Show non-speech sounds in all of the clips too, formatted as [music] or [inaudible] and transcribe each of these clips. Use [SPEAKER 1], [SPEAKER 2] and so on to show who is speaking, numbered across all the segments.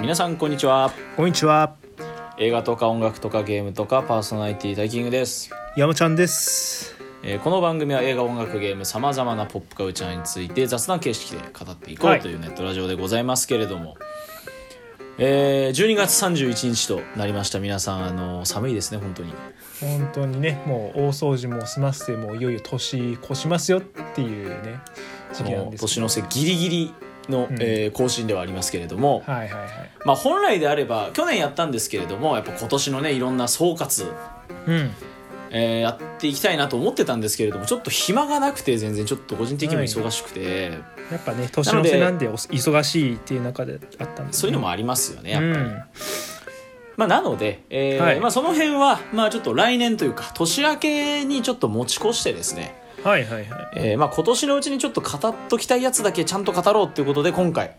[SPEAKER 1] 皆さんこんにちは
[SPEAKER 2] こんにちは
[SPEAKER 1] 映画とか音楽とかゲームとかパーソナリティタイキングです、
[SPEAKER 2] 山ちゃんです
[SPEAKER 1] えーこの番組は映画音楽ゲームさまざまなポップカルチャーについて雑談形式で語っていこ
[SPEAKER 2] は
[SPEAKER 1] う
[SPEAKER 2] い
[SPEAKER 1] というネットラジオでございますけれども、えー12月31日となりました皆さんあの寒いですね本当に
[SPEAKER 2] 本当にねもう大掃除も済ませてもういよいよ年越しますよっていうね時期な
[SPEAKER 1] も
[SPEAKER 2] ん
[SPEAKER 1] う
[SPEAKER 2] です
[SPEAKER 1] 年
[SPEAKER 2] の
[SPEAKER 1] の瀬ギリギリの、
[SPEAKER 2] うん
[SPEAKER 1] えー更新ではありますけれども、
[SPEAKER 2] はいはいはい
[SPEAKER 1] まあ、本来であれば去年やったんですけれどもやっぱ今年のねいろんな総括
[SPEAKER 2] うん
[SPEAKER 1] えーやっていきたいなと思ってたんですけれどもちょっと暇がなくて全然ちょっと個人的にも忙しくて、
[SPEAKER 2] やっぱね年の瀬なんでお忙しいっていう中であったんです、ね、
[SPEAKER 1] そういうのもありますよねやっぱり、
[SPEAKER 2] うん
[SPEAKER 1] まあ、なので、えー
[SPEAKER 2] はい
[SPEAKER 1] まあ、その辺は、まあ、ちょっと来年というか年明けにちょっと持ち越してですね、
[SPEAKER 2] はいはいはい
[SPEAKER 1] えーまあ、今年のうちにちょっと語っときたいやつだけちゃんと語ろうということで今回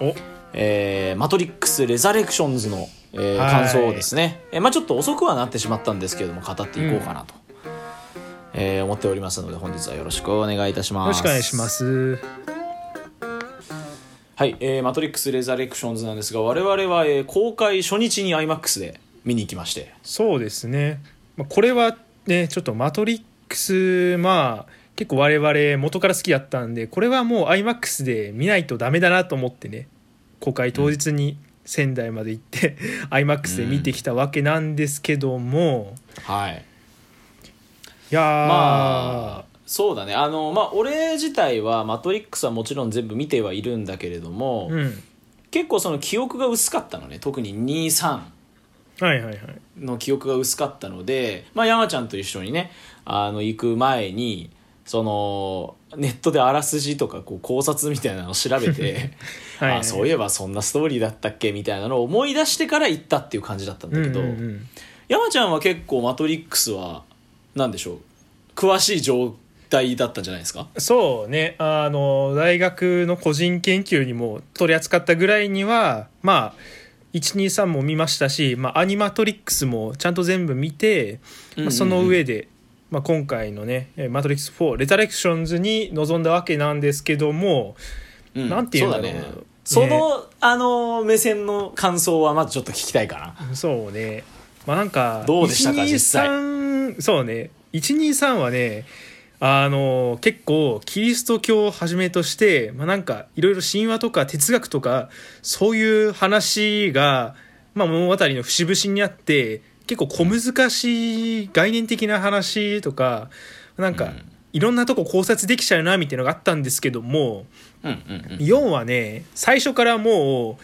[SPEAKER 2] お
[SPEAKER 1] えーマトリックス・レザレクションズ」の、えー
[SPEAKER 2] はい
[SPEAKER 1] 感想をですね、えーまあ、ちょっと遅くはなってしまったんですけれども語っていこうかなと、えー思っておりますので本日はよろしくお願いいたします。
[SPEAKER 2] よろしくお願いします
[SPEAKER 1] はい、えーマトリックス・レザレクションズ」なんですが我々は、えー公開初日に IMAX で見に行きまして
[SPEAKER 2] そうですね、まあ、これはねちょっと「マトリックス」まあ結構我々元から好きだったんでこれはもう iMAX で見ないとダメだなと思ってね公開当日に仙台まで行って、iMAX で見てきたわけなんですけども、
[SPEAKER 1] はい
[SPEAKER 2] いやー、
[SPEAKER 1] まあそうだねあのまあ俺自体は「マトリックス」はもちろん全部見てはいるんだけれども、
[SPEAKER 2] うん
[SPEAKER 1] 結構その記憶が薄かったのね特に23
[SPEAKER 2] はいはいはい
[SPEAKER 1] の記憶が薄かったので、まあ、山ちゃんと一緒にねあの行く前にそのネットであらすじとかこう考察みたいなのを調べて
[SPEAKER 2] はいはい
[SPEAKER 1] あそういえばそんなストーリーだったっけみたいなのを思い出してから行ったっていう感じだったんだけど、
[SPEAKER 2] うんうんうん
[SPEAKER 1] 山ちゃんは結構「マトリックス」は何でしょう詳しい状態だったんじゃないですか
[SPEAKER 2] そうねあの大学の個人研究にも取り扱ったぐらいにはまあ123も見ましたし、まあ、アニマトリックスもちゃんと全部見て、まあその上で、まあ、今回のね「えーマトリックス4レザレクションズ」に臨んだわけなんですけども
[SPEAKER 1] うん
[SPEAKER 2] なんていうんだろう
[SPEAKER 1] そうだね
[SPEAKER 2] ね
[SPEAKER 1] その、あの目線の感想はまずちょっと聞きたいかな
[SPEAKER 2] [laughs] そうねまあなんか
[SPEAKER 1] どうでしたか実際
[SPEAKER 2] 123そうね123はねあの結構キリスト教をはじめとして、まあ、なんかいろいろ神話とか哲学とかそういう話が、まあ、物語の節々にあって結構小難しい概念的な話とかなん
[SPEAKER 1] う
[SPEAKER 2] か
[SPEAKER 1] ん
[SPEAKER 2] いろんなとこ考察できちゃうなみたいなのがあったんですけども、
[SPEAKER 1] うんうんうん
[SPEAKER 2] 4はね最初からもう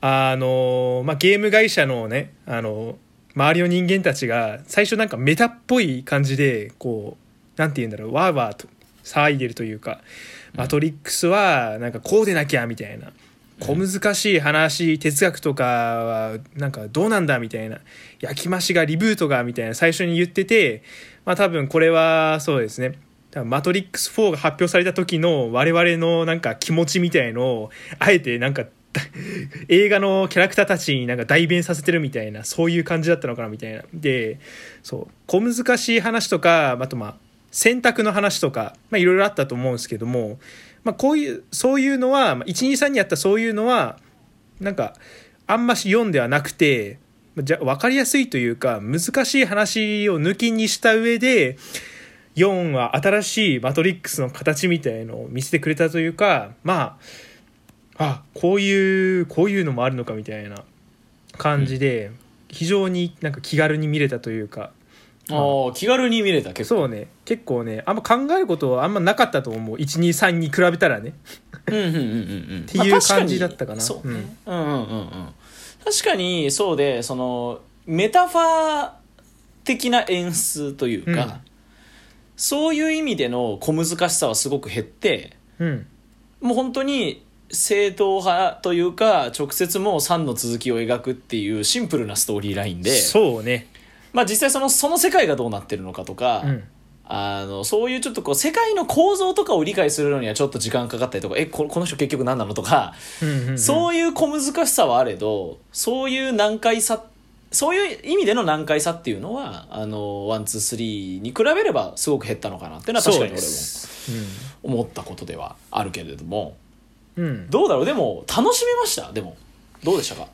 [SPEAKER 2] あの、まあ、ゲーム会社のねあの周りの人間たちが最初なんかメタっぽい感じでこうなんて言うんだろうわーわーと騒いでるというか「マトリックス」はなんかこうでなきゃみたいな小難しい話哲学とかはなんかどうなんだみたいな焼き増しがリブートがみたいな最初に言っててまあ多分これはそうですね多分マトリックス4が発表された時の我々のなんか気持ちみたいのをあえてなんか映画のキャラクターたちになんか代弁させてるみたいなそういう感じだったのかなみたいなでそう小難しい話とかあとまあ選択の話とかまあいろいろあったと思うんですけども、まあ、こういうそういうのはまあ123にあったそういうのはなんかあんまし読んではなくてじゃ分かりやすいというか難しい話を抜きにした上で4は新しいマトリックスの形みたいのを見せてくれたというかまああこういうこういうのもあるのかみたいな感じで、非常になんか気軽に見れたというか
[SPEAKER 1] ああ気軽に見れた結構
[SPEAKER 2] そうね結構ねあんま考えることはあんまなかったと思う123に比べたらね
[SPEAKER 1] うんうんうんうんうんって
[SPEAKER 2] いう感じだったかな
[SPEAKER 1] そうね、うん、うんうんうん確かにそうでそのメタファー的な演出というか、
[SPEAKER 2] うん
[SPEAKER 1] そういう意味での小難しさはすごく減って
[SPEAKER 2] うん
[SPEAKER 1] もう本当に正統派というか直接もう3の続きを描くっていうシンプルなストーリーラインで、
[SPEAKER 2] そうね
[SPEAKER 1] まあ、実際そのその世界がどうなってるのかとか、
[SPEAKER 2] うん
[SPEAKER 1] あのそういうちょっとこう世界の構造とかを理解するのにはちょっと時間かかったりとかえここの人結局何なのとか
[SPEAKER 2] うんうんうん
[SPEAKER 1] そういう小難しさはあれどそういう難解さそういう意味での難解さっていうのはあのワンツースリーに比べればすごく減ったのかなっていうのは確かに
[SPEAKER 2] そうで
[SPEAKER 1] 俺も
[SPEAKER 2] す
[SPEAKER 1] 思ったことではあるけれども
[SPEAKER 2] うん、うん、
[SPEAKER 1] どうだろうでも楽しめましたでもどうでしたか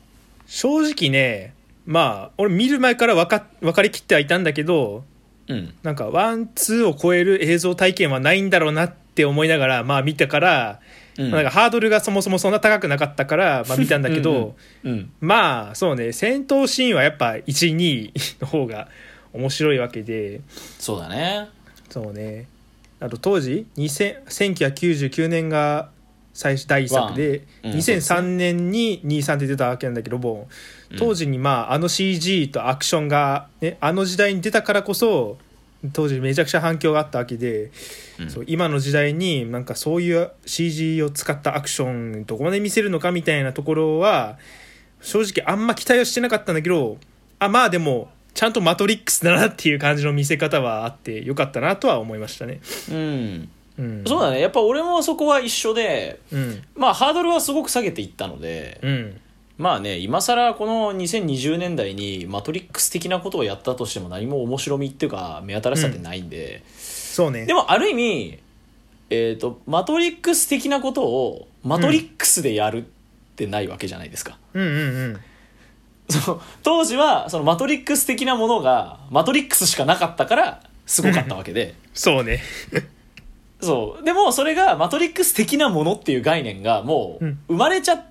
[SPEAKER 2] 正直ねまあ俺見る前から分か分かりきってはいたんだけど
[SPEAKER 1] うん
[SPEAKER 2] なんかワンツーを超える映像体験はないんだろうなって思いながらまあ見たか
[SPEAKER 1] う
[SPEAKER 2] ら、
[SPEAKER 1] ん
[SPEAKER 2] まあなんかハードルがそもそもそんな高くなかったから、
[SPEAKER 1] [laughs]
[SPEAKER 2] まあ、見たんだけど
[SPEAKER 1] うんうんうん
[SPEAKER 2] まあそうね戦闘シーンはやっぱ12の方が面白いわけで
[SPEAKER 1] そうだね
[SPEAKER 2] そうねあと当時2000 1999年が最初第一作で、
[SPEAKER 1] うん
[SPEAKER 2] 2003年に23って出たわけなんだけども
[SPEAKER 1] うん
[SPEAKER 2] 当時にまああの CG とアクションが、ね、あの時代に出たからこそ当時めちゃくちゃ反響があったわけで、
[SPEAKER 1] うん
[SPEAKER 2] そう今の時代になんかそういう CG を使ったアクションどこまで見せるのかみたいなところは正直あんま期待はしてなかったんだけどあまあでもちゃんと「マトリックス」だなっていう感じの見せ方はあってよかったなとは思いましたね。
[SPEAKER 1] うん
[SPEAKER 2] うん、
[SPEAKER 1] そうだねやっぱ俺もそこは一緒で
[SPEAKER 2] うん
[SPEAKER 1] まあハードルはすごく下げていったので、
[SPEAKER 2] うん
[SPEAKER 1] まあね今更この2020年代にマトリックス的なことをやったとしても何も面白みっていうか目新しさってないんで、
[SPEAKER 2] そうね
[SPEAKER 1] でもある意味えっ、とマトリックス的なことをマトリックスでやるってないわけじゃないですか、
[SPEAKER 2] うんうんうん
[SPEAKER 1] その当時はそのマトリックス的なものがマトリックスしかなかったからすごかったわけで
[SPEAKER 2] そうね
[SPEAKER 1] そうでもそれがマトリックス的なものっていう概念がもう
[SPEAKER 2] うん
[SPEAKER 1] 生まれちゃっ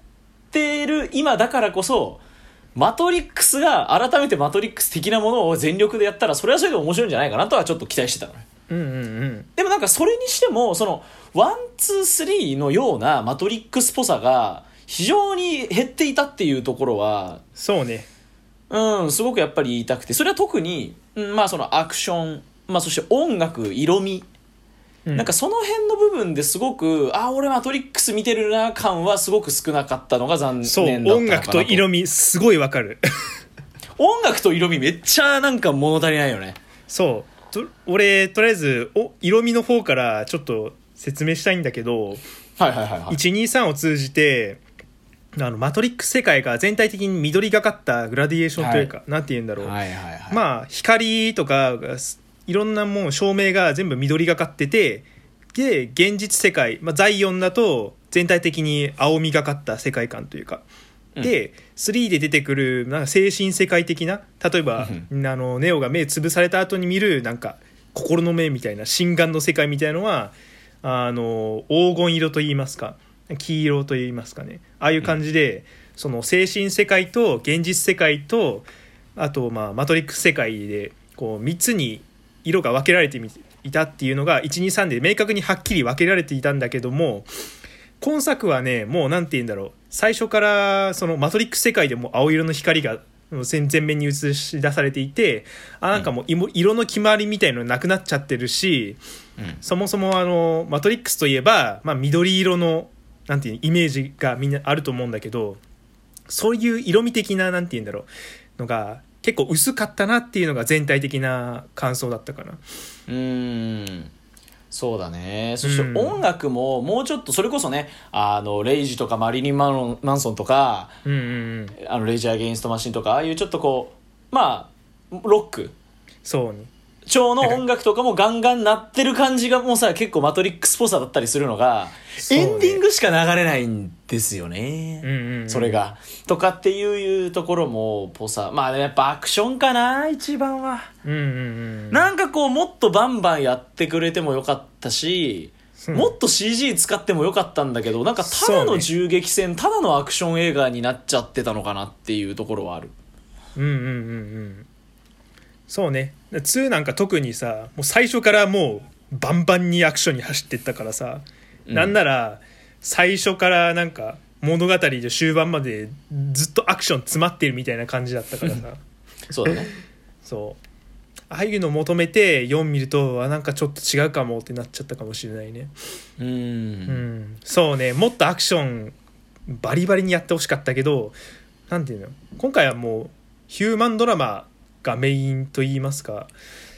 [SPEAKER 1] てる今だからこそマトリックスが改めてマトリックス的なものを全力でやったらそれはそれで面白いんじゃないかなとはちょっと期待してたのよ
[SPEAKER 2] うんうんうん
[SPEAKER 1] でもなんかそれにしてもそのワンツースリーのようなマトリックスっぽさが非常に減っていたっていうところは
[SPEAKER 2] そうね
[SPEAKER 1] うん、すごくやっぱり言いたくて、それは特に、うんまあそのアクション、まあそして音楽、色味、
[SPEAKER 2] うん
[SPEAKER 1] なんかその辺の部分ですごく、あ、俺マトリックス見てるな感はすごく少なかったのが残
[SPEAKER 2] そう
[SPEAKER 1] 念だったのかな
[SPEAKER 2] 音楽と色
[SPEAKER 1] 味。
[SPEAKER 2] 味すごいわかる [laughs]
[SPEAKER 1] 音楽と色味めっちゃなんか物足りないよね。
[SPEAKER 2] そうと俺とりあえずお色味の方からちょっと説明したいんだけど、
[SPEAKER 1] はいはいはいはい。
[SPEAKER 2] 123を通じてあのマトリックス世界が全体的に緑がかったグラディエーションというか、なんて言うんだろう、
[SPEAKER 1] はいはいはい。
[SPEAKER 2] まあ光とかがすいろんなもん照明が全部緑がかっててで現実世界、まあ、ザイオンだと全体的に青みがかった世界観というか、
[SPEAKER 1] うん
[SPEAKER 2] で3で出てくるなんか精神世界的な例えば、あのネオが目潰された後に見るなんか心の目みたいな心眼の世界みたいのはあの黄金色と言いますか黄色と言いますかねああいう感じで、その精神世界と現実世界とあとまあマトリックス世界でこう3つに色が分けられてみいたっていうのが123で明確にはっきり分けられていたんだけども今作はねもう何て言うんだろう最初からそのマトリックス世界でもう青色の光が全全面に映し出されていてあなんかもういも色の決まりみたいのなくなっちゃってるし、
[SPEAKER 1] うん
[SPEAKER 2] そもそもあのマトリックスといえば、まあ、緑色のなんていうイメージがみんなあると思うんだけどそういう色味的ななんて言うんだろうのが結構薄かったなっていうのが全体的な感想だったかな。
[SPEAKER 1] うーんそうだねそし
[SPEAKER 2] うん
[SPEAKER 1] て音楽ももうちょっとそれこそねあのレイジとかマリリン・マロンマンソンとか
[SPEAKER 2] うんうんうん、
[SPEAKER 1] あのレイジ・アゲインスト・マシンとかああいうちょっとこうまあロック
[SPEAKER 2] そうね
[SPEAKER 1] 調の音楽とかもガンガン鳴ってる感じがもうさ結構マトリックスっぽさだったりするのが、
[SPEAKER 2] そうね
[SPEAKER 1] エンディングしか流れないんですよね、
[SPEAKER 2] うんうんうん
[SPEAKER 1] それがとかっていうところもぽさまあやっぱアクションかな一番は、
[SPEAKER 2] うんうんうん
[SPEAKER 1] なんかこうもっとバンバンやってくれてもよかったし
[SPEAKER 2] うん
[SPEAKER 1] もっと CG 使ってもよかったんだけどなんかただ
[SPEAKER 2] そう
[SPEAKER 1] の
[SPEAKER 2] ね
[SPEAKER 1] 銃撃戦、ただのアクション映画になっちゃってたのかなっていうところはある
[SPEAKER 2] うんうんうんうんそうね2なんか特にさもう最初からもうバンバンにアクションに走ってったからさ、
[SPEAKER 1] うん
[SPEAKER 2] なんなら最初からなんか物語で終盤までずっとアクション詰まってるみたいな感じだったからさ
[SPEAKER 1] そうだね
[SPEAKER 2] そうああいうの求めて4見るとあなんかちょっと違うかもってなっちゃったかもしれないね
[SPEAKER 1] う
[SPEAKER 2] [laughs] うんんそうねもっとアクションバリバリにやってほしかったけどなんていうの今回はもうヒューマンドラマがメインと言いますか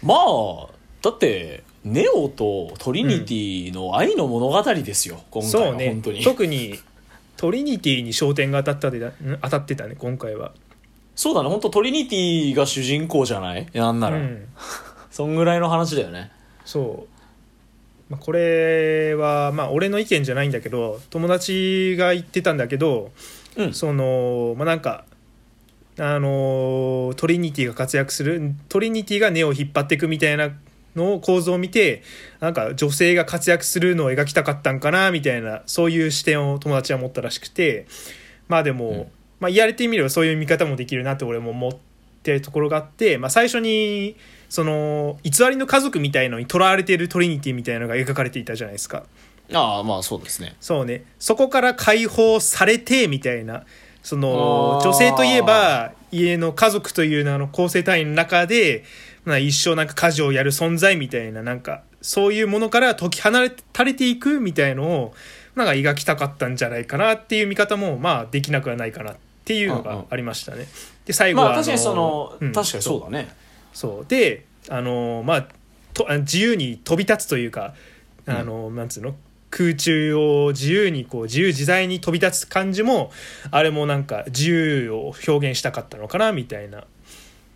[SPEAKER 1] まあだってネオとトリニティの愛の物語ですよ、今回
[SPEAKER 2] そう
[SPEAKER 1] は
[SPEAKER 2] ね
[SPEAKER 1] 本当に
[SPEAKER 2] 特にトリニティに焦点が当たったでだん当たってたね今回は
[SPEAKER 1] そうだね本当トリニティが主人公じゃないなんなら、
[SPEAKER 2] うん、
[SPEAKER 1] そんぐらいの話だよね
[SPEAKER 2] そうまあこれはまあ俺の意見じゃないんだけど友達が言ってたんだけど
[SPEAKER 1] うん
[SPEAKER 2] そのまあなんかあのートリニティが活躍するトリニティがネオを引っ張っていくみたいなのを構造を見てなんか女性が活躍するのを描きたかったんかなみたいなそういう視点を友達は持ったらしくてまあでも、
[SPEAKER 1] うん
[SPEAKER 2] まあ、言われてみればそういう見方もできるなって俺も思ってるところがあって、まあ、最初にその偽りの家族みたいのにとらわれてるトリニティみたいなのが描かれていたじゃないですか。
[SPEAKER 1] ああまあそうですね
[SPEAKER 2] そうねそこから解放されてみたいなその
[SPEAKER 1] あー
[SPEAKER 2] 女性といえば家の家族という名の構成単位の中で、まあ、一生なんか家事をやる存在みたいななんかそういうものから解き放たれていくみたいのをなんか描きたかったんじゃないかなっていう見方もまあできなくはないかなっていうの
[SPEAKER 1] うんうん
[SPEAKER 2] がありましたね。で最後
[SPEAKER 1] ま
[SPEAKER 2] は
[SPEAKER 1] あ
[SPEAKER 2] の
[SPEAKER 1] 確かにその、
[SPEAKER 2] うん
[SPEAKER 1] 確かにそうだね
[SPEAKER 2] そうであのまあとあ自由に飛び立つというかあの、なんつうの空中を自由にこう自由自在に飛び立つ感じもあれもなんか自由を表現したかったのかなみたいな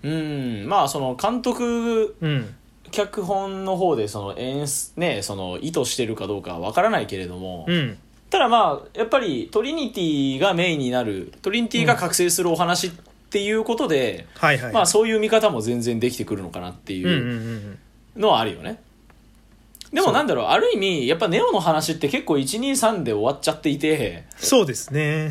[SPEAKER 1] うんまあその監督
[SPEAKER 2] うん
[SPEAKER 1] 脚本の方でその演出ねその意図してるかどうかはわからないけれども、
[SPEAKER 2] うん
[SPEAKER 1] ただまあやっぱりトリニティがメインになるトリニティが覚醒するお話っていうことで、
[SPEAKER 2] はいはい
[SPEAKER 1] まあそういう見方も全然できてくるのかなって
[SPEAKER 2] うんう
[SPEAKER 1] い
[SPEAKER 2] ん
[SPEAKER 1] ううんうのはあるよね。でもなんだろうある意味やっぱネオの話って結構123で終わっちゃっていて
[SPEAKER 2] そうですね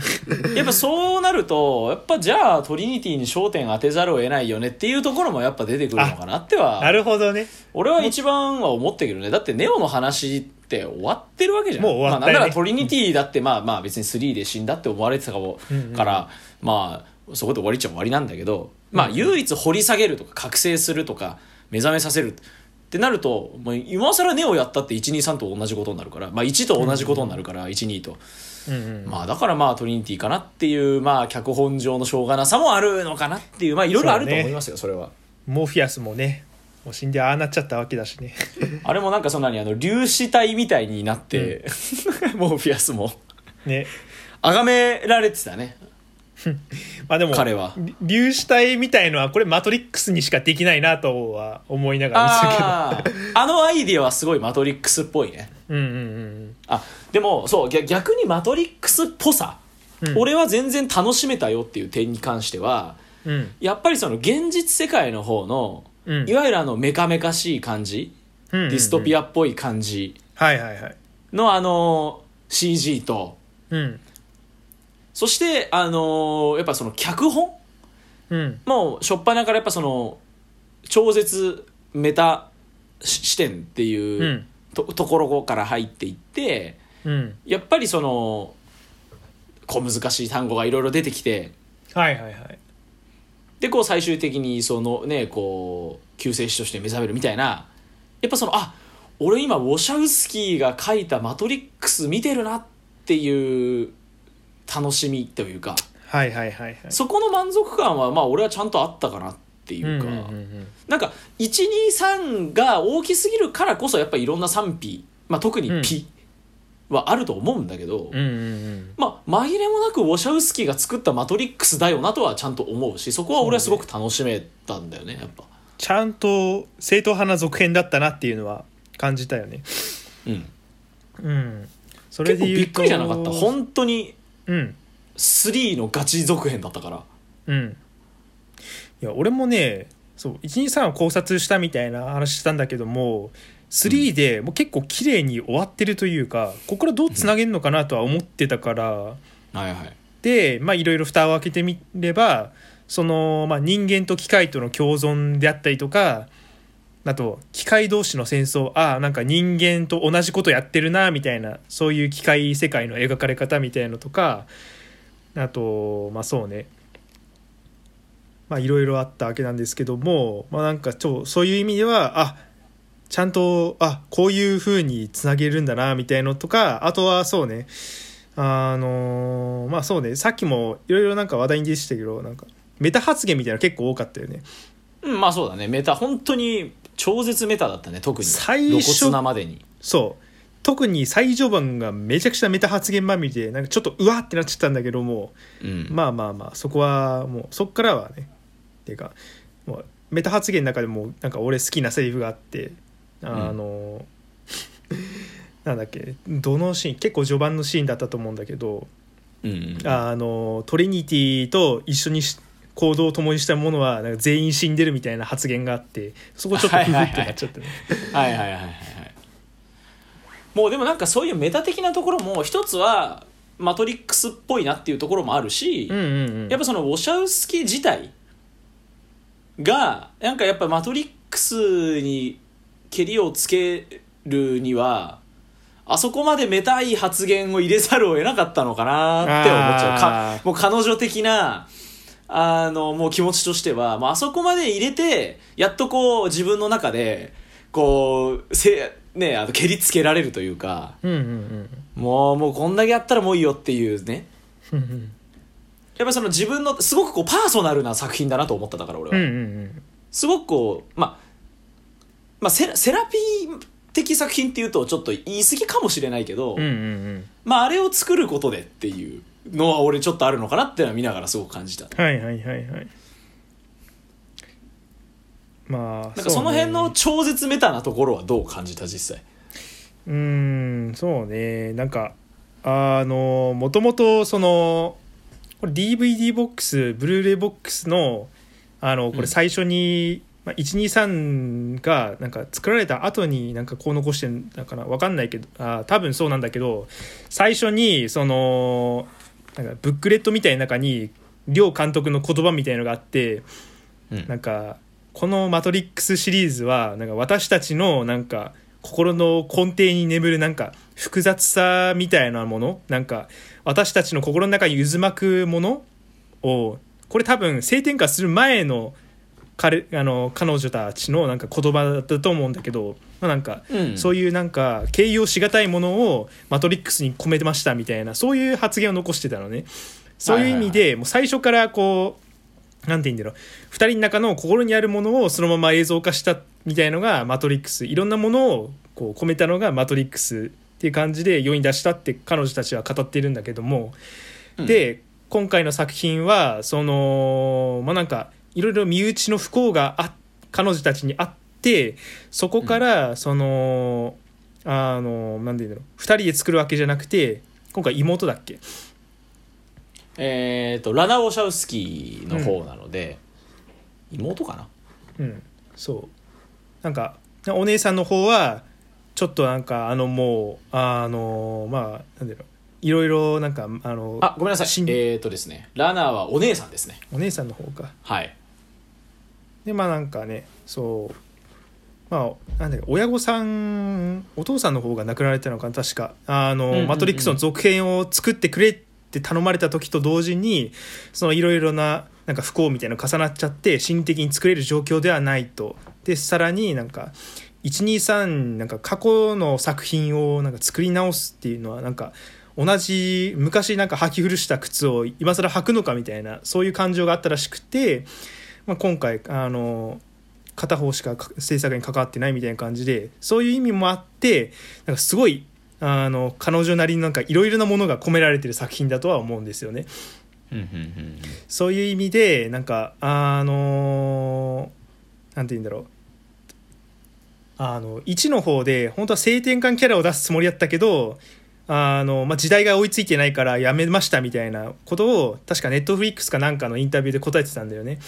[SPEAKER 1] やっぱそうなるとやっぱじゃあトリニティに焦点当てざるを得ないよねっていうところもやっぱ出てくるのかなっては
[SPEAKER 2] なるほどね
[SPEAKER 1] 俺は一番は思ったけどねだってネオの話って終わってるわけじゃん
[SPEAKER 2] もう終わっ
[SPEAKER 1] ま
[SPEAKER 2] たよね
[SPEAKER 1] あ、なんならトリニティだってまあまあ別に3で死んだって思われてたかも、
[SPEAKER 2] うんうん
[SPEAKER 1] からまあそこで終わりっちゃ終わりなんだけど、まあ唯一掘り下げるとか覚醒するとか目覚めさせるってなるともう今更ネオやったって123と同じことになるから、まあ、1と同じことになるから12と、
[SPEAKER 2] うんうん
[SPEAKER 1] まあだからまあトリニティかなっていうまあ脚本上のしょうがなさもあるのかなっていうまあいろいろあると思いますよそれは。
[SPEAKER 2] モーフィアスもねもう死んでああなっちゃったわけだしね [laughs]
[SPEAKER 1] あれもなんかそんなにあの粒子体みたいになって、もう [laughs] モーフィアスも
[SPEAKER 2] ね
[SPEAKER 1] 崇められてたね
[SPEAKER 2] まあでも
[SPEAKER 1] 彼は
[SPEAKER 2] り粒子体みたいのはこれマトリックスにしかできないなとは思いながら見てたけど
[SPEAKER 1] あーあのアイディアはすごいマトリックスっぽいね
[SPEAKER 2] うんうんうん
[SPEAKER 1] あでもそう逆逆にマトリックスっぽさ、
[SPEAKER 2] うん
[SPEAKER 1] 俺は全然楽しめたよっていう点に関しては
[SPEAKER 2] うん
[SPEAKER 1] やっぱりその現実世界の方の、
[SPEAKER 2] うん
[SPEAKER 1] いわゆるあのメカメカしい感じ、
[SPEAKER 2] デ
[SPEAKER 1] ディストピ
[SPEAKER 2] ア
[SPEAKER 1] アっぽい感じ
[SPEAKER 2] はいはいはい
[SPEAKER 1] のあの CG と
[SPEAKER 2] うん
[SPEAKER 1] そしてあのやっぱその脚本
[SPEAKER 2] うん
[SPEAKER 1] もう初っ端からやっぱその超絶メタし視点っていううんと,、ところから入っていって
[SPEAKER 2] うん
[SPEAKER 1] やっぱりその小難しい単語がいろいろ出てきて
[SPEAKER 2] はいはいはい
[SPEAKER 1] でこう最終的にそのねこう救世主として目覚めるみたいなやっぱそのあ俺今ウォシャウスキーが書いた「マトリックス」見てるなっていう楽しみというか
[SPEAKER 2] はいはいはいはい
[SPEAKER 1] そこの満足感はまあ俺はちゃんとあったかなっていうか。
[SPEAKER 2] んんん
[SPEAKER 1] なんか123が大きすぎるからこそやっぱりいろんな賛否、まあ、特に
[SPEAKER 2] うん
[SPEAKER 1] ピはあると思うんだけど、
[SPEAKER 2] うんうんうん
[SPEAKER 1] まあ、紛れもなくウォシャウスキーが作った「マトリックス」だよなとはちゃんと思うしそこは俺はすごく楽しめたんだよねやっぱ。
[SPEAKER 2] ちゃんと正統派な続編だったなっていうのは感じたよね
[SPEAKER 1] うん、
[SPEAKER 2] うんそれ
[SPEAKER 1] 結構
[SPEAKER 2] で言うと
[SPEAKER 1] びっくりじゃなかった本当に
[SPEAKER 2] うん
[SPEAKER 1] 3のガチ続編だったから。
[SPEAKER 2] うんいや俺もねそう123を考察したみたいな話したんだけども3でもう結構綺麗に終わってるというかここからどうつなげるのかなとは思ってたから
[SPEAKER 1] はいはい、
[SPEAKER 2] でまあいろいろ蓋を開けてみればその、まあ、人間と機械との共存であったりとかあと機械同士の戦争ああなんか人間と同じことやってるなみたいなそういう機械世界の描かれ方みたいのとかあとまあそうねまあいろいろあったわけなんですけどもまあなんかちょそういう意味ではあちゃんとあこういう風につなげるんだなみたいのとかあとはそうねあのーまあそうねさっきもいろいろなんか話題に出てきたけどなんかメタ発言みたいなの結構多かったよね
[SPEAKER 1] うん、まあそうだねメタ本当に超絶メタだったね特に
[SPEAKER 2] 最初
[SPEAKER 1] 露骨なまでに。
[SPEAKER 2] そう特に最上版がめちゃくちゃメタ発言まみれでなんかちょっとうわってなっちゃったんだけども
[SPEAKER 1] うん
[SPEAKER 2] まあまあまあそこはもうそっからはねっていうかもうメタ発言の中でもなんか俺好きなセリフがあってあのー [laughs] なんだっけどのシーン結構序盤のシーンだったと思うんだけど
[SPEAKER 1] うんうん
[SPEAKER 2] あのトリニティと一緒にし行動を共にしたものはなんか全員死んでるみたいな発言があってそこちょっと
[SPEAKER 1] はい
[SPEAKER 2] ふふ
[SPEAKER 1] はいはい
[SPEAKER 2] ってなっちゃってね
[SPEAKER 1] はいはいはいはいはいもうでもなんかそういうメタ的なところも一つはマトリックスっぽいなっていうところもあるし、
[SPEAKER 2] うんうんうん
[SPEAKER 1] やっぱそのウォシャウスキー自体がなんかやっぱ「マトリックス」にけりをつけるにはあそこまでめたい発言を入れざるを得なかったのかなって思っちゃう
[SPEAKER 2] あ
[SPEAKER 1] か
[SPEAKER 2] ー
[SPEAKER 1] もう彼女的なあのもう気持ちとしてはもうあそこまで入れてやっとこう自分の中でこうせ、ね、あのけりつけられるというか
[SPEAKER 2] うんうん
[SPEAKER 1] もうもうこんだけやったらもういいよっていうね
[SPEAKER 2] うんうん
[SPEAKER 1] やっぱりその自分のすごくこうパーソナルな作品だなと思っただから俺
[SPEAKER 2] う
[SPEAKER 1] は、
[SPEAKER 2] んうん
[SPEAKER 1] すごくこうまあ、まあ、セラセラピー的作品っていうとちょっと言い過ぎかもしれないけど、
[SPEAKER 2] うんうんうん
[SPEAKER 1] まああれを作ることでっていうのは俺ちょっとあるのかなっていうのは見ながらすごく感じた
[SPEAKER 2] はいはいはいはいまあ
[SPEAKER 1] なんかその辺
[SPEAKER 2] う
[SPEAKER 1] の
[SPEAKER 2] ね
[SPEAKER 1] 超絶メタなところはどう感じた実際
[SPEAKER 2] うーんそうねなんかあのもともとそのこれ DVD ボックスブルーレイボックスのあのこ
[SPEAKER 1] うん
[SPEAKER 2] れ最初に、まあ、123がなんか作られた後になんかこう残してるのかなわかんないけどあ多分そうなんだけど最初にそのなんかブックレットみたいな中に両監督の言葉みたいのがあって
[SPEAKER 1] うん
[SPEAKER 2] なんかこの「マトリックス」シリーズはなんか私たちのなんか心の根底に眠るなんか複雑さみたいなものなんか私たちの心の中に渦巻くものをこれ多分性転換する前の彼あの彼女たちのなんか言葉だったと思うんだけど、まあ、なんか
[SPEAKER 1] うん
[SPEAKER 2] そういうなんか形容しがたいものを「マトリックス」に込めてましたみたいなそういう発言を残してたのねそういう意味でもう最初からこうなんて言うんだろう2人の中の心にあるものをそのまま映像化したみたいのが「マトリックス」いろんなものをこう込めたのが「マトリックス」っていう感じで世に出したって彼女たちは語っているんだけども、
[SPEAKER 1] うん
[SPEAKER 2] で今回の作品はそのまあなんかいろいろ身内の不幸があ彼女たちにあってそこからその、あのなんて言うんだろう2人で作るわけじゃなくて今回妹だっけ
[SPEAKER 1] えっ、とラナ・ウォシャウスキーの方なので、妹かな
[SPEAKER 2] うん、そうなんかお姉さんの方はちょっとなんかあのもうあのまあなんだろういろいろなんかあの
[SPEAKER 1] あごめんなさい
[SPEAKER 2] しん
[SPEAKER 1] えっ、とですねラナはお姉さんですね
[SPEAKER 2] お姉さんの方か
[SPEAKER 1] はい
[SPEAKER 2] でまあなんかねそうまあなんだろう親御さんお父さんの方が亡くなられたのかな確か「あの
[SPEAKER 1] うんうんうん
[SPEAKER 2] マトリックス」の続編を作ってくれって頼まれた時と同時にそのいろいろななんか不幸みたいなの重なっちゃって心理的に作れる状況ではないとでさらになんか123なんか過去の作品をなんか作り直すっていうのはなんか同じ昔なんか履き古した靴を今更履くのかみたいなそういう感情があったらしくて、まあ、今回あの片方しかか制作に関わってないみたいな感じでそういう意味もあってなんかすごいあの彼女なりのなんかいろいろなものが込められてる作品だとは思うんですよね。
[SPEAKER 1] うんうんうん
[SPEAKER 2] そういう意味でなんかあのなんて言うんだろうあの1の方で本当は性転換キャラを出すつもりだったけどあの、まあ、時代が追いついてないからやめましたみたいなことを確かネットフリックスかなんかのインタビューで答えてたんだよね。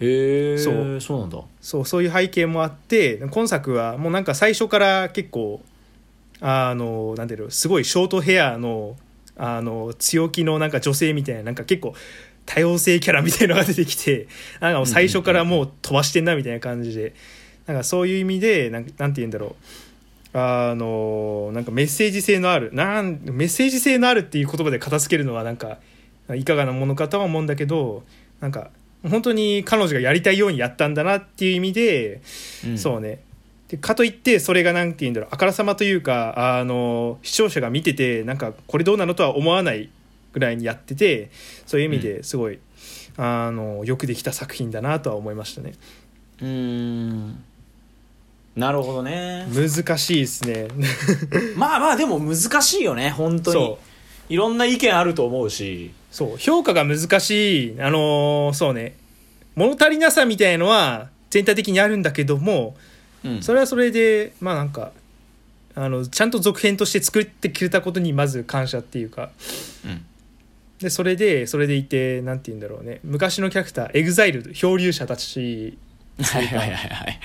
[SPEAKER 1] へえ
[SPEAKER 2] そう
[SPEAKER 1] そうなんだ
[SPEAKER 2] そうそういう背景もあって今作はもうなんか最初から結構あのなんていうのすごいショートヘアのあの強気のなんか女性みたいななんか結構多様性キャラみたいのが出てきてなんかもう最初からもう飛ばしてんなみたいな感じでなんかそういう意味でなんなんて言うんだろうあのなんかメッセージ性のあるなんメッセージ性のあるっていう言葉で片付けるのはなんかいかがなものかとは思うんだけどなんか本当に彼女がやりたいようにやったんだなっていう意味で、そうねでかといってそれが何て言うんだろうあからさまというかあの視聴者が見ててなんかこれどうなのとは思わないぐらいにやっててそういう意味ですごい、あのよくできた作品だなとは思いましたね
[SPEAKER 1] うーんなるほどね
[SPEAKER 2] 難しいですね
[SPEAKER 1] まあまあでも難しいよね本当に
[SPEAKER 2] [laughs] そう
[SPEAKER 1] いろんな意見あると思うし
[SPEAKER 2] そう評価が難しいあのーそうね物足りなさみたいのは全体的にあるんだけども
[SPEAKER 1] うん
[SPEAKER 2] それはそれでまあなんかあのちゃんと続編として作ってくれたことにまず感謝っていうか
[SPEAKER 1] うん
[SPEAKER 2] でそれでそれでいてなんて言うんだろうね昔のキャラクターエグザイル漂流者たち
[SPEAKER 1] はいはいはいはい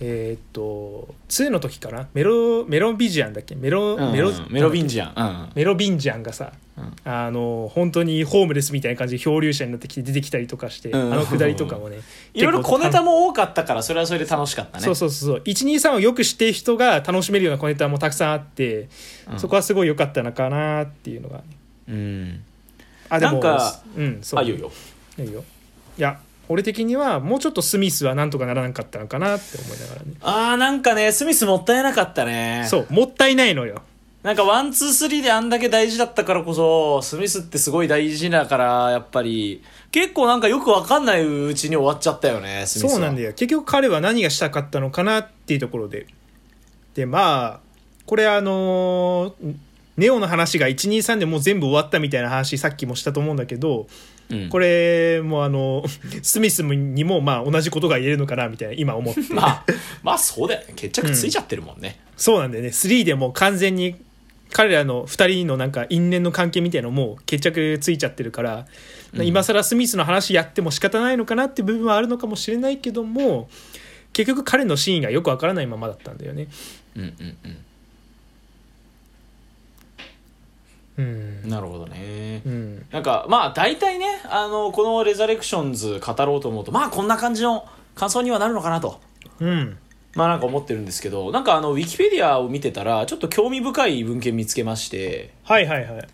[SPEAKER 2] えーっと2の時かなメロメロビジアンだっけメロ、
[SPEAKER 1] うん
[SPEAKER 2] メロ
[SPEAKER 1] メロビンジアン
[SPEAKER 2] メロビンジャンがさ、
[SPEAKER 1] うん
[SPEAKER 2] あの本当にホームレスみたいな感じで漂流者になってきて出てきたりとかして、
[SPEAKER 1] うん
[SPEAKER 2] あのくだりとかもね
[SPEAKER 1] [laughs] いろいろ小ネタも多かったからそれはそれで楽しかったね
[SPEAKER 2] そうそうそうそう123をよく知ってる人が楽しめるようなコネタもたくさんあって、
[SPEAKER 1] うん
[SPEAKER 2] そこはすごい良かったのかなっていうのが
[SPEAKER 1] うん
[SPEAKER 2] あでも
[SPEAKER 1] なんか
[SPEAKER 2] うんそう
[SPEAKER 1] あいいよいいよ
[SPEAKER 2] いいよいや俺的にはもうちょっとスミスはなんとかならなかったのかなって思いながらね
[SPEAKER 1] あーなんかねスミスもったいなかったね
[SPEAKER 2] そうもったいないのよ
[SPEAKER 1] なんかワンツースリーであんだけ大事だったからこそスミスってすごい大事だからやっぱり結構なんかよくわかんないうちに終わっちゃったよねスミスは
[SPEAKER 2] そうなんだよ結局彼は何がしたかったのかなっていうところででまあこれあのーネオの話が123でもう全部終わったみたいな話さっきもしたと思うんだけど
[SPEAKER 1] うん
[SPEAKER 2] これもあの [laughs] スミスにもまあ同じことが言えるのかなみたいな今思って [laughs]
[SPEAKER 1] [laughs] まあまあそうだよね決着ついちゃってるもんね、
[SPEAKER 2] そうなんだよね3でもう完全に彼らの2人のなんか因縁の関係みたいなのもう決着ついちゃってるから、
[SPEAKER 1] うん
[SPEAKER 2] 今更スミスの話やっても仕方ないのかなって部分はあるのかもしれないけども結局彼の真意がよくわからないままだったんだよね。
[SPEAKER 1] うん、うんうん
[SPEAKER 2] うん
[SPEAKER 1] なるほどね
[SPEAKER 2] うん
[SPEAKER 1] なんかまあ大体ねあのこの「レザレクションズ」語ろうと思うとまあこんな感じの感想にはなるのかなと
[SPEAKER 2] うん
[SPEAKER 1] まあなんか思ってるんですけどなんかあのウィキペディアを見てたらちょっと興味深い文献見つけまして
[SPEAKER 2] はいはいはい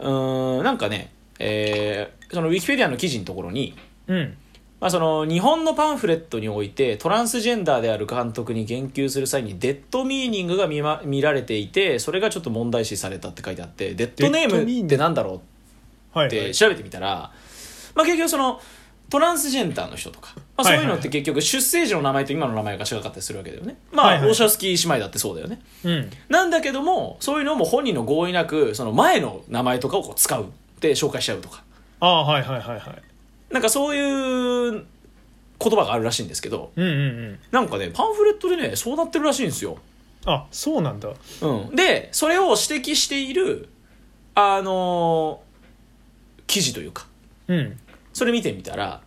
[SPEAKER 2] う
[SPEAKER 1] ーんなんかね、えーそのウィキペディアの記事のところに、
[SPEAKER 2] うん
[SPEAKER 1] まあ、その日本のパンフレットにおいてトランスジェンダーである監督に言及する際にデッドミーニングが見,、ま、見られていてそれがちょっと問題視されたって書いてあってデッドネ
[SPEAKER 2] デッドミーニ
[SPEAKER 1] ー
[SPEAKER 2] ン
[SPEAKER 1] ムっ
[SPEAKER 2] グ
[SPEAKER 1] てなんだろう
[SPEAKER 2] は
[SPEAKER 1] っ
[SPEAKER 2] いはい
[SPEAKER 1] て調べてみたら、まあ、結局そのトランスジェンダーの人とか、まあ、
[SPEAKER 2] は
[SPEAKER 1] そ
[SPEAKER 2] いうはい
[SPEAKER 1] いうのって結局出生時の名前と今の名前が違かったりするわけだよねまあ、
[SPEAKER 2] はいはい
[SPEAKER 1] オーシャウスキー姉妹だってそうだよね
[SPEAKER 2] うん
[SPEAKER 1] なんだけどもそういうのも本人の合意なくその前の名前とかをこう使うで紹介しちゃうとか
[SPEAKER 2] ああはいはいはいはい
[SPEAKER 1] なんかそういう言葉があるらしいんですけど
[SPEAKER 2] うんうんうん
[SPEAKER 1] なんかねパンフレットでねそうなってるらしいんですよ、
[SPEAKER 2] あそうなんだ
[SPEAKER 1] うん、でそれを指摘しているあのー記事というか
[SPEAKER 2] うん
[SPEAKER 1] それ見てみたら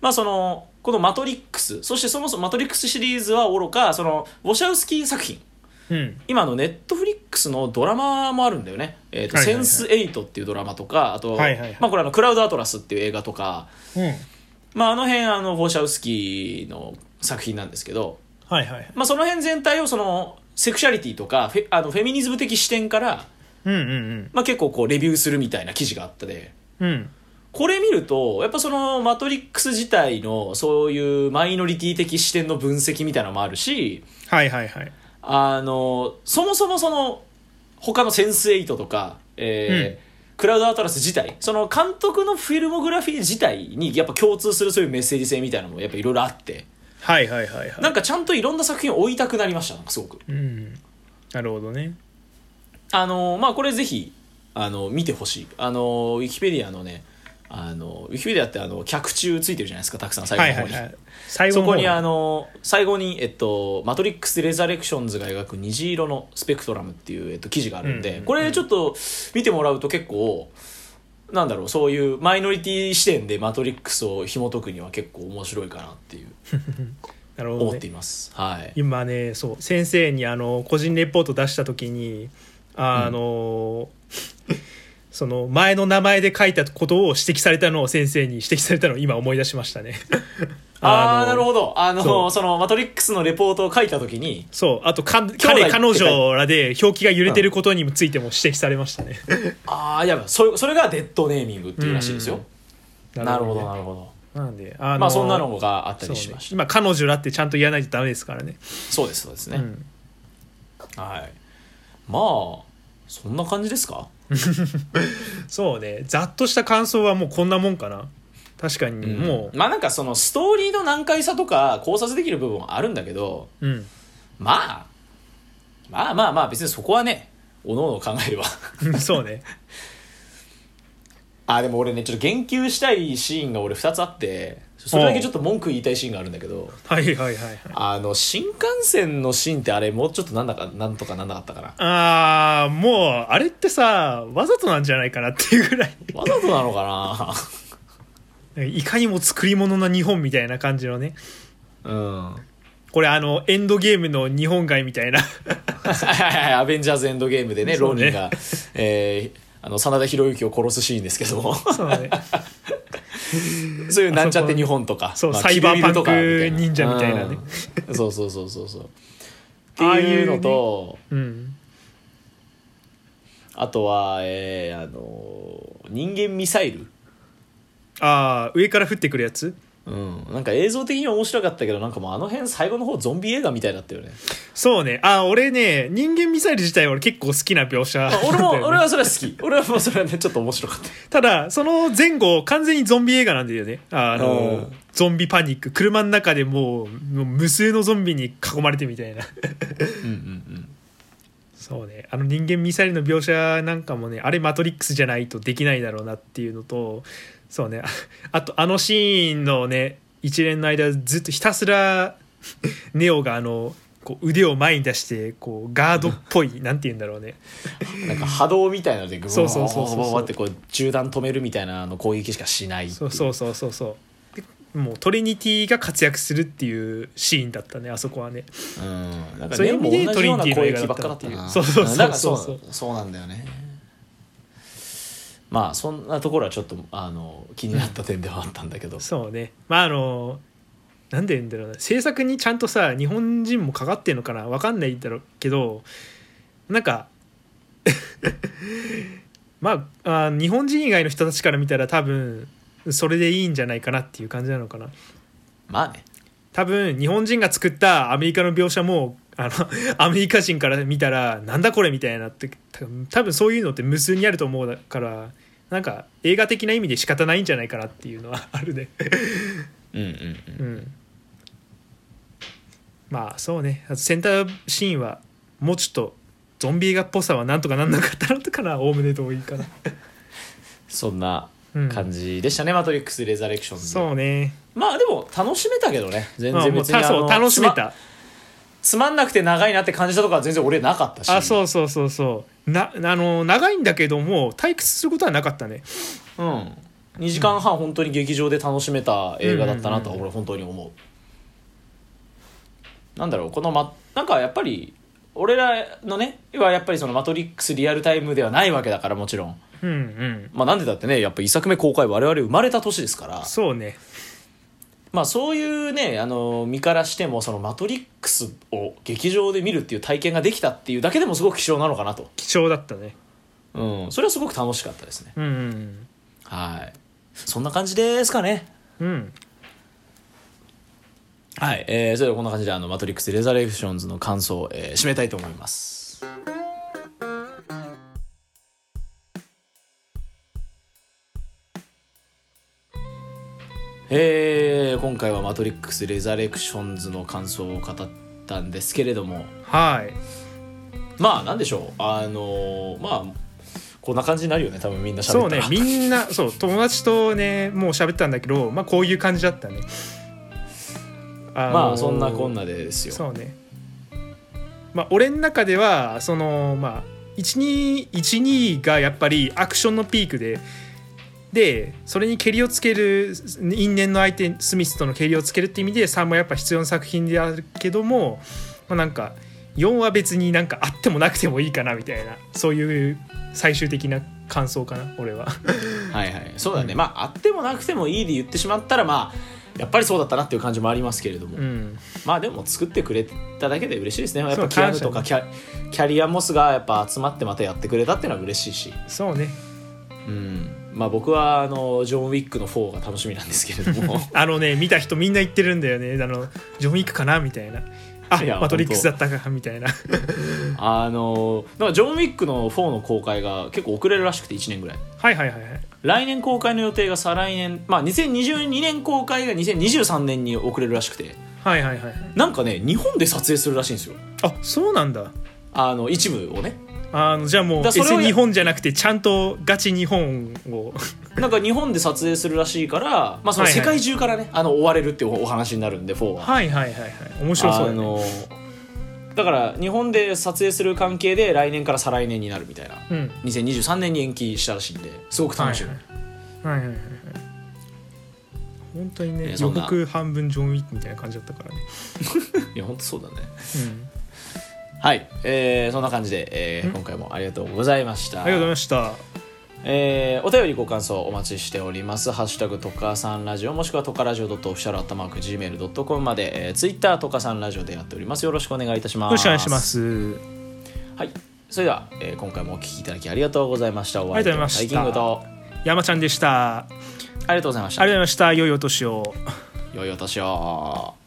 [SPEAKER 1] まあそのこの「マトリックス」そしてそもそも「マトリックス」シリーズはおろかそのウォシャウスキー作品
[SPEAKER 2] うん
[SPEAKER 1] 今あのネットフリックスのドラマもあるんだよね「えーと
[SPEAKER 2] はいはい
[SPEAKER 1] セ
[SPEAKER 2] は
[SPEAKER 1] ン
[SPEAKER 2] い
[SPEAKER 1] ス8」っていうドラマとかあと、
[SPEAKER 2] はいはいはい
[SPEAKER 1] まあ、これあの「クラウドアトラス」っていう映画とか、
[SPEAKER 2] うん
[SPEAKER 1] まあ、あの辺あのウォシャウスキーの作品なんですけど、
[SPEAKER 2] はいはい
[SPEAKER 1] まあ、その辺全体をそのセクシャリティとかフェあのフェミニズム的視点から、
[SPEAKER 2] うんうん
[SPEAKER 1] まあ、結構こうレビューするみたいな記事があったで。
[SPEAKER 2] うんうん
[SPEAKER 1] これ見るとやっぱその「マトリックス」自体のそういうマイノリティ的視点の分析みたいなのもあるし
[SPEAKER 2] はいはいはい
[SPEAKER 1] あのそもそもその他の「センスエイト」とか、えークラウドアトラス」自体その監督のフィルモグラフィー自体にやっぱ共通するそういうメッセージ性みたいなのもやっぱいろいろあって
[SPEAKER 2] はいはいはいはい
[SPEAKER 1] なんかちゃんといろんな作品を追いたくなりましたなんかすごく。
[SPEAKER 2] うんなるほどね
[SPEAKER 1] あのまあこれぜひあの見てほしいあのウィキペディアのねあのウィキペディアってあの客中ついてるじゃないですかたくさん最後の方
[SPEAKER 2] はい
[SPEAKER 1] に。
[SPEAKER 2] はいはい最後
[SPEAKER 1] そ
[SPEAKER 2] の
[SPEAKER 1] こ
[SPEAKER 2] 方
[SPEAKER 1] にあの最後に、えっと「マトリックス・レザレクションズ」が描く虹色のスペクトラムっていう、えっと、記事があるんで、
[SPEAKER 2] うんうんうん
[SPEAKER 1] これちょっと見てもらうと結構なんだろうそういうマイノリティ視点で「マトリックス」を紐解くには結構面白いかなっていう
[SPEAKER 2] なるほど
[SPEAKER 1] 思っ
[SPEAKER 2] ね
[SPEAKER 1] ています。はい、
[SPEAKER 2] 今ねそう先生にあの個人レポート出した時にあの、その前の名前で書いたことを指摘されたのを先生に指摘されたのを今思い出しました [laughs] ね
[SPEAKER 1] ああ
[SPEAKER 2] の
[SPEAKER 1] ーなるほどあの
[SPEAKER 2] そ
[SPEAKER 1] そうの「マトリックス」のレポートを書いた時に
[SPEAKER 2] そうあとか
[SPEAKER 1] 兄弟って
[SPEAKER 2] 彼
[SPEAKER 1] 書い
[SPEAKER 2] 彼女らで表記が揺れてることについても指摘されました [laughs] ね
[SPEAKER 1] ああいやそそれがデッドネーミングっていうらしいですよ。なるほど
[SPEAKER 2] ね
[SPEAKER 1] なるほど。
[SPEAKER 2] なんであの
[SPEAKER 1] まあそんなのがあった
[SPEAKER 2] そう
[SPEAKER 1] り
[SPEAKER 2] ね
[SPEAKER 1] しました。
[SPEAKER 2] 今彼女らってちゃんと言わないとダメですからね
[SPEAKER 1] そうですそうですね。
[SPEAKER 2] うん
[SPEAKER 1] はい。まあ、そんな感じですか
[SPEAKER 2] そうねざっとした感想はもうこんなもんかな確かにも
[SPEAKER 1] まあなんかそのストーリーの難解さとか考察できる部分はあるんだけど、
[SPEAKER 2] う、うん、 [laughs]
[SPEAKER 1] まあ、まあまあまあ別にそこはね、おのおの考えれば。
[SPEAKER 2] そうね
[SPEAKER 1] あ、でも俺ね、ちょっと言及したいシーンが俺2つあって、それだけちょっと文句言いたいシーンがあるんだけど
[SPEAKER 2] はいはいはいはい
[SPEAKER 1] あの新幹線のシーンってあれもうちょっとなんだかなんとかなんなかったかな
[SPEAKER 2] あーもうあれってさわざとなんじゃないかなっていうぐら [laughs] い
[SPEAKER 1] わざとなのか
[SPEAKER 2] いかにも作り物な日本みたいな感じのね
[SPEAKER 1] なうん
[SPEAKER 2] これあのエンドゲームの日本街み
[SPEAKER 1] [laughs]
[SPEAKER 2] たいな
[SPEAKER 1] はいはいはいアベンジャーズエンドゲームでね
[SPEAKER 2] そ
[SPEAKER 1] ロー
[SPEAKER 2] うね
[SPEAKER 1] ニンが、えーあの真田広之を殺すシーンですけども [laughs]
[SPEAKER 2] そうね
[SPEAKER 1] そういうなんちゃって日本とか
[SPEAKER 2] そう
[SPEAKER 1] まあ
[SPEAKER 2] サイバーパンク
[SPEAKER 1] キルビルとか
[SPEAKER 2] 忍者みたいなね、
[SPEAKER 1] うんそうそうそうそうそうって
[SPEAKER 2] ああいうね
[SPEAKER 1] いうのと
[SPEAKER 2] うん
[SPEAKER 1] あとは、えーあの人間ミサイル、
[SPEAKER 2] ああ上から降ってくるやつ
[SPEAKER 1] うん、なんか映像的には面白かったけどなんかもうあの辺最後の方ゾンビ映画みたいだったよ
[SPEAKER 2] [laughs]
[SPEAKER 1] ね
[SPEAKER 2] そうねあー俺ね人間ミサイル自体俺結構好きな描写
[SPEAKER 1] あ俺も
[SPEAKER 2] なんだよね
[SPEAKER 1] 俺はそれは好き俺はもうそれはねちょっと面白かった
[SPEAKER 2] ただその前後完全にゾンビ映画なんだよねあ
[SPEAKER 1] う
[SPEAKER 2] の
[SPEAKER 1] ん
[SPEAKER 2] ゾンビパニック車の中でもうもう無数のゾンビに囲まれてみたいな
[SPEAKER 1] うんうん
[SPEAKER 2] そうねあの人間ミサイルの描写なんかもねあれマトリックスじゃないとできないだろうなっていうのとそうねああとあのシーンのね一連の間ずっとひたすらネオがあのこう腕を前に出してこうガードっぽいなんて言うんだろうね
[SPEAKER 1] うんなんか波動みたいなのでグワ
[SPEAKER 2] そうそうそうそうそう
[SPEAKER 1] ワワワってこう銃弾止めるみたいなあの攻撃しかしないってい
[SPEAKER 2] そうそうそうそうそうでもうトリニティが活躍するっていうシーンだったねあそこはね
[SPEAKER 1] うんなんか
[SPEAKER 2] そういう
[SPEAKER 1] ね
[SPEAKER 2] 意
[SPEAKER 1] も
[SPEAKER 2] 味
[SPEAKER 1] う同
[SPEAKER 2] で
[SPEAKER 1] じような攻撃ばっかだ
[SPEAKER 2] ト
[SPEAKER 1] った
[SPEAKER 2] リニティの映画だったっていう
[SPEAKER 1] な
[SPEAKER 2] そうそうそうそう
[SPEAKER 1] なんかそうそうなんだよねまあそんなところはちょっとあの気になった点ではあったんだけど
[SPEAKER 2] そうねまああのなんで言うんだろうな制作にちゃんとさ日本人もかかってんのかなわかんないだろうけどなんか [laughs] まああ日本人以外の人たちから見たら多分それでいいんじゃないかなっていう感じなのかな
[SPEAKER 1] まあね
[SPEAKER 2] 多分日本人が作ったアメリカの描写もあの [laughs] アメリカ人から見たらなんだこれみたいなって多分多分そういうのって無数にあると思うからなんか映画的な意味で仕方ないんじゃないかなっていうのはあるね。
[SPEAKER 1] うんうんうん
[SPEAKER 2] うん、 [laughs] まあそうねあとセンターシーンはもうちょっとゾンビ映画っぽさはなんとかなんなかったのとかなおおむね同意かな、
[SPEAKER 1] そんな
[SPEAKER 2] うん、
[SPEAKER 1] 感じでしたね「マトリックス・レザレクションズ」
[SPEAKER 2] そうね
[SPEAKER 1] まあでも楽しめたけどね全
[SPEAKER 2] まあ
[SPEAKER 1] 然
[SPEAKER 2] もう
[SPEAKER 1] 別にあ
[SPEAKER 2] たそ
[SPEAKER 1] の
[SPEAKER 2] う楽しめ
[SPEAKER 1] つま
[SPEAKER 2] た
[SPEAKER 1] つまんなくて長いなって感じたとかは全然俺なかったし
[SPEAKER 2] あそうそうそうそうなあの長いんだけども退屈することはなかったね
[SPEAKER 1] うん、2時間半本当に劇場で楽しめた映画だったなとは俺本当に思う。なんだろうこの、ま、なんかやっぱり俺らのねはやっぱりその「マトリックス」リアルタイムではないわけだからもちろん、
[SPEAKER 2] うんうん
[SPEAKER 1] まあ、なんでだってねやっぱ一作目公開我々生まれた年ですから、
[SPEAKER 2] そうね
[SPEAKER 1] まあ、そういうねあの身からしても「そのマトリックス」を劇場で見るっていう体験ができたっていうだけでもすごく貴重なのかなと、
[SPEAKER 2] 貴重だったね
[SPEAKER 1] うん、それはすごく楽しかったですね。
[SPEAKER 2] うんうん
[SPEAKER 1] はいそんな感じですかね。
[SPEAKER 2] うんうん
[SPEAKER 1] はい、えー、それではこんな感じであの「マトリックス・レザレクションズ」の感想を、えー締めたいと思いますえー、今回は「マトリックス・レザレクションズ」の感想を語ったんですけれども
[SPEAKER 2] はい
[SPEAKER 1] まあなんでしょうあのーまあこんな感じになるよね多分みんな喋ったら
[SPEAKER 2] そうねみんなそう友達とねもう喋ったんだけどまあこういう感じだったねあ
[SPEAKER 1] まあそんなこん
[SPEAKER 2] な
[SPEAKER 1] なでですよ
[SPEAKER 2] そうねまあ俺の中ではそのまあ1212がやっぱりアクションのピークででそれにけりをつける因縁の相手スミスとのけりをつけるって意味で3もやっぱ必要な作品であるけども、まあ、なんか4は別になんかあってもなくてもいいかなみたいなそういう最終的な感想かな俺は。
[SPEAKER 1] はいはいそうだね、まああってもなくてもいいで言ってしまったらまあやっぱりそうだったなっていう感じもありますけれども、
[SPEAKER 2] うん
[SPEAKER 1] まあでも作ってくれただけで嬉しいですねやっ
[SPEAKER 2] そう
[SPEAKER 1] ぱキアヌとか
[SPEAKER 2] 感
[SPEAKER 1] キャキャリアモスがやっぱ集まってまたやってくれたっていうのは嬉しいし、
[SPEAKER 2] そうね
[SPEAKER 1] うん、まあ僕はあのジョン・ウィックの4が楽しみなんですけれども
[SPEAKER 2] あのね見た人みんな言ってるんだよねあのジョン・ウィックかなみたいなあ
[SPEAKER 1] いや
[SPEAKER 2] マトリックスだったかみたいな
[SPEAKER 1] あのだからジョン・ウィックの4の公開が結構遅れるらしくて1年ぐらい
[SPEAKER 2] はいはいはいはい
[SPEAKER 1] 来年公開の予定が再来年まあ2022年公開が2023年に遅れるらしくて
[SPEAKER 2] はいはいはいはい
[SPEAKER 1] なんかね日本で撮影するらしいんですよ
[SPEAKER 2] あそうなんだ
[SPEAKER 1] あの一部をね
[SPEAKER 2] あのじゃあもう
[SPEAKER 1] だからそれを
[SPEAKER 2] S 日本じゃなくてちゃんとガチ日本を
[SPEAKER 1] なんか日本で撮影するらしいから、まあ、その
[SPEAKER 2] はいは
[SPEAKER 1] 世
[SPEAKER 2] い
[SPEAKER 1] 界中からね、あの追われるっていうお話になるんで4は。
[SPEAKER 2] [laughs] はいはいはいはい面白そう
[SPEAKER 1] あ
[SPEAKER 2] だね
[SPEAKER 1] のだから日本で撮影する関係で来年から再来年になるみたいな
[SPEAKER 2] うん
[SPEAKER 1] 2023年に延期したらしいんですごく楽しみ、
[SPEAKER 2] はいはいはいはいはい本当にね
[SPEAKER 1] ねそ
[SPEAKER 2] 予
[SPEAKER 1] んな
[SPEAKER 2] 告半分ジョン・ウィックみたいな感じだったからね、
[SPEAKER 1] い、や本当そうだね
[SPEAKER 2] うん、
[SPEAKER 1] はい、えーそんな感じで、えー今回もありがとうございました
[SPEAKER 2] ありがとうございました
[SPEAKER 1] えーお便りご感想お待ちしております「ハッシュタグとかさんラジオ」もしくはとかラジオ .official.gmail.com まで、えー、Twitter とかさんラジオでやっておりますよろしくお願いいたします
[SPEAKER 2] よろしくお願いします
[SPEAKER 1] はいそれでは、えー今回もお聞きいただきありがとうございましたお
[SPEAKER 2] ありがとうございました
[SPEAKER 1] 相手はハイキングと
[SPEAKER 2] 山ちゃんでしたあ
[SPEAKER 1] あり
[SPEAKER 2] りが
[SPEAKER 1] がとうございました
[SPEAKER 2] とうございました良いお年を
[SPEAKER 1] 良いお年を